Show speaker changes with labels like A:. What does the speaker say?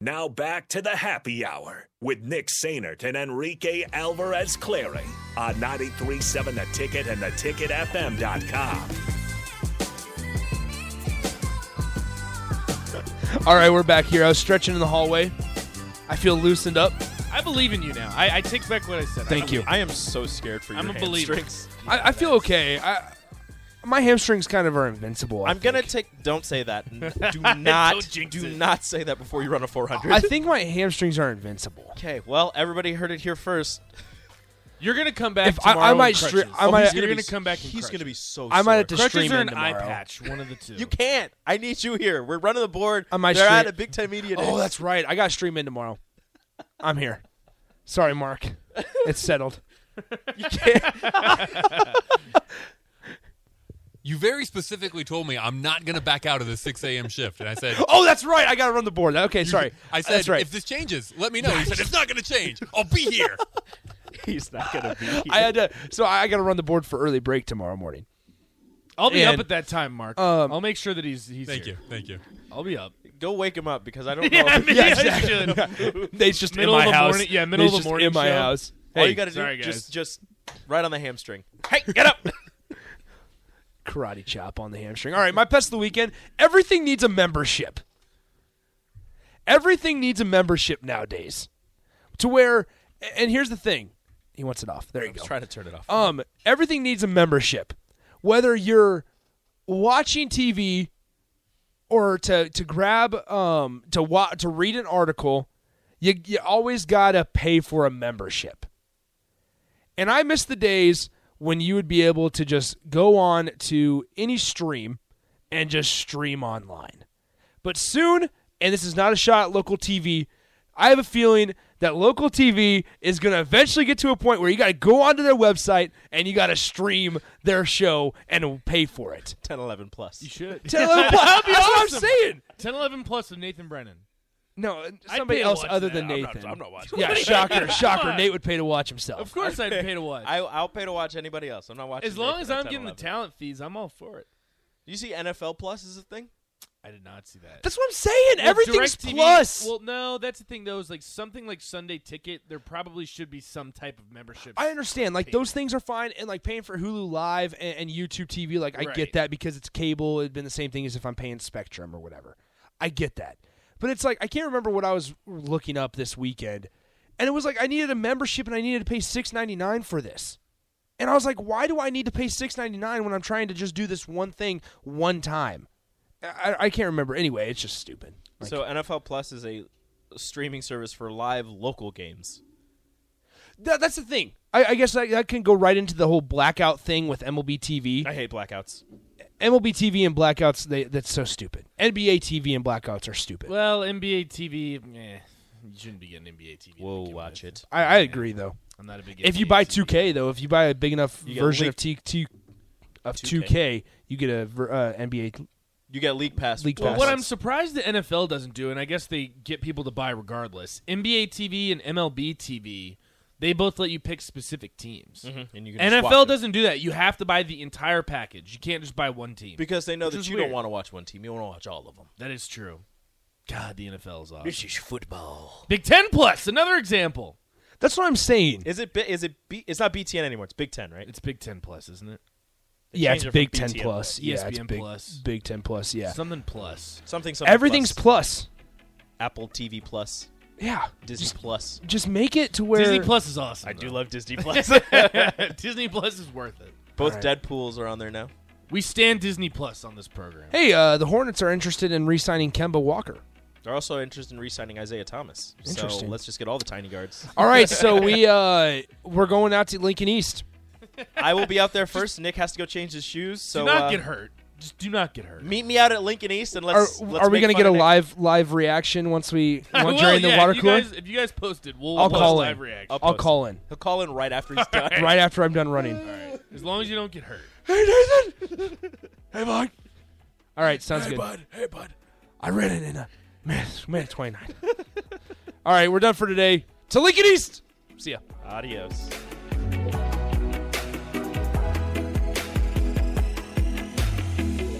A: Now back to the happy hour with Nick Sainert and Enrique Alvarez Clary on 937 The Ticket and theticketfm.com.
B: All right, we're back here. I was stretching in the hallway. I feel loosened up.
C: I believe in you now. I, I take back what I said.
B: Thank
C: I,
B: you.
D: I am so scared for your
C: I'm a believer.
D: hamstrings.
B: I, I feel okay. I, my hamstrings kind of are invincible. I
D: I'm gonna take. Don't say that. N- Do not.
C: Don't jinx
D: do
C: it.
D: not say that before you run a 400.
B: I think my hamstrings are invincible.
D: okay. Well, everybody heard it here first.
C: You're gonna come back
B: If I- I
C: tomorrow.
B: might
C: in crutches.
B: stri- I Oh, might- he's
C: you're
B: gonna
C: gonna
B: be-
C: come back. in
D: He's
C: crutches.
D: gonna be so.
B: I might
D: sore.
B: have to
C: crutches
B: stream
C: or
B: in
C: an eye
B: tomorrow.
C: patch. One of the two.
D: You can't. I need you here. We're running the board.
B: I might
D: They're
B: stream-
D: at a big time media day.
B: Oh, that's right. I got to stream in tomorrow. I'm here. Sorry, Mark. It's settled.
E: You very specifically told me I'm not going to back out of the 6 a.m. shift, and I said,
B: Oh, that's right. I got to run the board. Okay, sorry.
E: I said,
B: that's right.
E: if this changes, let me know. He said, it's not going to change. I'll be here.
D: he's not gonna be.
B: I had to. So I got to run the board for early break tomorrow morning.
C: I'll be up
B: And-
C: at that time, Mark.
B: Um,
C: I'll make sure that he's he's
E: Thank
C: here.
E: you, thank you.
C: I'll be up.
D: Go wake him up because I don't know.
C: yeah,
D: if-
C: maybe
B: Yeah,
C: I
B: exactly.
C: should.
B: They just
C: Middle
B: in
C: of
B: my
C: the
B: house.
C: morning- yeah, middle
B: They
C: of the
B: just
C: morning
B: in my
C: show.
B: house.
D: all
B: Hey,
D: you gotta do
C: sorry,
D: just
C: guys.
D: just right on the hamstring.
B: karate chop on the hamstring. All right, my pest of the weekend. Everything needs a membership. Everything needs a membership nowadays. To where, and here's the thing, he wants it off. There you go.
D: Try to turn it off.
B: Um, everything needs a membership. Whether you're watching TV or to to grab um to wa- to read an article, you you always gotta pay for a membership. And I miss the days when you would be able to just go on to any stream and just stream online. But soon, and this is not a shot at local TV, I have a feeling that local TV is going to eventually get to a point where you got to go onto their website and you got to stream their show and pay for it.
D: 10, 11 plus.
C: You should.
B: 10, 11 plus. That's what I'm saying.
C: 10, 11 plus with Nathan Brennan.
B: No,
C: I'd
B: somebody
C: pay to
B: else
C: watch
B: other
C: that.
B: than
C: I'm
B: Nathan.
D: I'm not watching.
B: yeah, shocker, shocker. Nate would pay to watch himself.
C: Of course, I'd pay to watch.
D: I, I'll pay to watch anybody else. I'm not watching.
C: as long
D: Nathan
C: as
D: at
C: I'm
D: 10,
C: getting the
D: 11.
C: talent fees, I'm all for it.
D: You see, NFL Plus is a thing.
C: I did not see that.
B: That's what I'm saying.
C: Well,
B: Everything's
C: DirecTV
B: plus.
C: Well, no, that's the thing though. Is like something like Sunday Ticket. There probably should be some type of membership.
B: I understand. Like
C: Pay.
B: those things are fine, and like paying for Hulu Live and, and YouTube TV. Like I
C: Right.
B: get that because it's cable. It'd been the same thing as if I'm paying Spectrum or whatever. I get that, but it's like I can't remember what I was looking up this weekend, and it was like I needed a membership and I needed to pay six ninety nine for this, and I was like, why do I need to pay six ninety nine when I'm trying to just do this one thing one time? I, I can't remember. Anyway, it's just stupid. Like,
D: So NFL Plus is a streaming service for live local games.
B: that, that's the thing. I, I guess that, that can go right into the whole blackout thing with MLB TV.
D: I hate blackouts.
B: MLB TV and blackouts, they, that's so stupid. NBA TV and blackouts are stupid.
C: Well, NBA TV. Eh, you shouldn't be getting NBA TV. to
D: We'll
C: begin
D: watch
C: with.
D: it.
B: I, I agree, though.
C: I'm not a big.
B: If you
C: NBA
B: buy
C: TV.
B: 2K, though, if you buy a big enough
D: You get
B: version
D: leaked-
B: of, T, T, of
D: 2K.
B: 2K. you get a ver- uh, NBA.
D: You get League Pass. Mm-hmm.
B: League
C: Well,
B: Pass.
C: what I'm surprised the NFL doesn't do, and I guess they get people to buy regardless. NBA TV and MLB TV, they both let you pick specific teams.
D: And Mm-hmm. you can just watch
C: NFL
D: it.
C: doesn't do that. You have to buy the entire package. You can't just buy one team.
D: because they know
C: Which
D: that
C: is
D: you
C: weird.
D: don't want to watch one team. You want to watch all of them.
C: that is true. God, the NFL is awesome.
D: is football.
C: Big Ten Plus, another example.
B: That's what I'm saying.
D: Is it? Bi- Is it? B- it's not BTN anymore. It's Big Ten, right?
C: It's Big Ten Plus, isn't it?
B: yeah,
D: changed
B: it's
D: it from
B: Big 10
D: BTN
B: Plus. Yeah, it's
C: ESPN
B: big,
C: Plus.
B: Big 10 Plus, yeah.
C: Something Plus.
D: Something. something
B: Everything's
D: plus.
B: plus.
D: Apple TV Plus,
B: Yeah.
D: Disney
B: Just,
D: Plus.
B: just make it to where.
C: Disney Plus is awesome.
D: I do
C: though.
D: love Disney Plus.
C: Disney Plus is worth it.
D: Both
B: All right.
D: Deadpool's are on there now.
C: We stand Disney Plus on this program.
B: Hey, uh, the Hornets are interested in re signing Kemba Walker.
D: They're also interested in re-signing Isaiah Thomas. So
B: Interesting.
D: let's just get all the tiny guards.
B: All right, so we, uh, we're going out to Lincoln East.
D: I will be out there first. Nick has to go change his shoes. So
C: do not
D: uh,
C: get hurt. Just do not get hurt.
D: Meet me out at Lincoln East and
B: Are,
D: let's. let's
B: are we
D: going
B: gonna
D: to
B: get a live live reaction once we
C: I
B: once
C: will,
B: during the
C: yeah,
B: water
C: if you
B: cooler?
C: guys- if you guys posted, we'll
B: I'll
C: we'll
B: call
C: live
B: in.
C: reaction.
D: I'll
B: I'll
D: post
B: call in
D: He'll call in right after he's done.
B: right after I'm done running.
C: As long as you don't get hurt.
B: Hey Nathan. hey Mike. All right, sounds good.
E: Hey, bud.
B: I ran it in a minute, minute 29. All right, we're done for today. To Lincoln East. See ya.
D: Adios.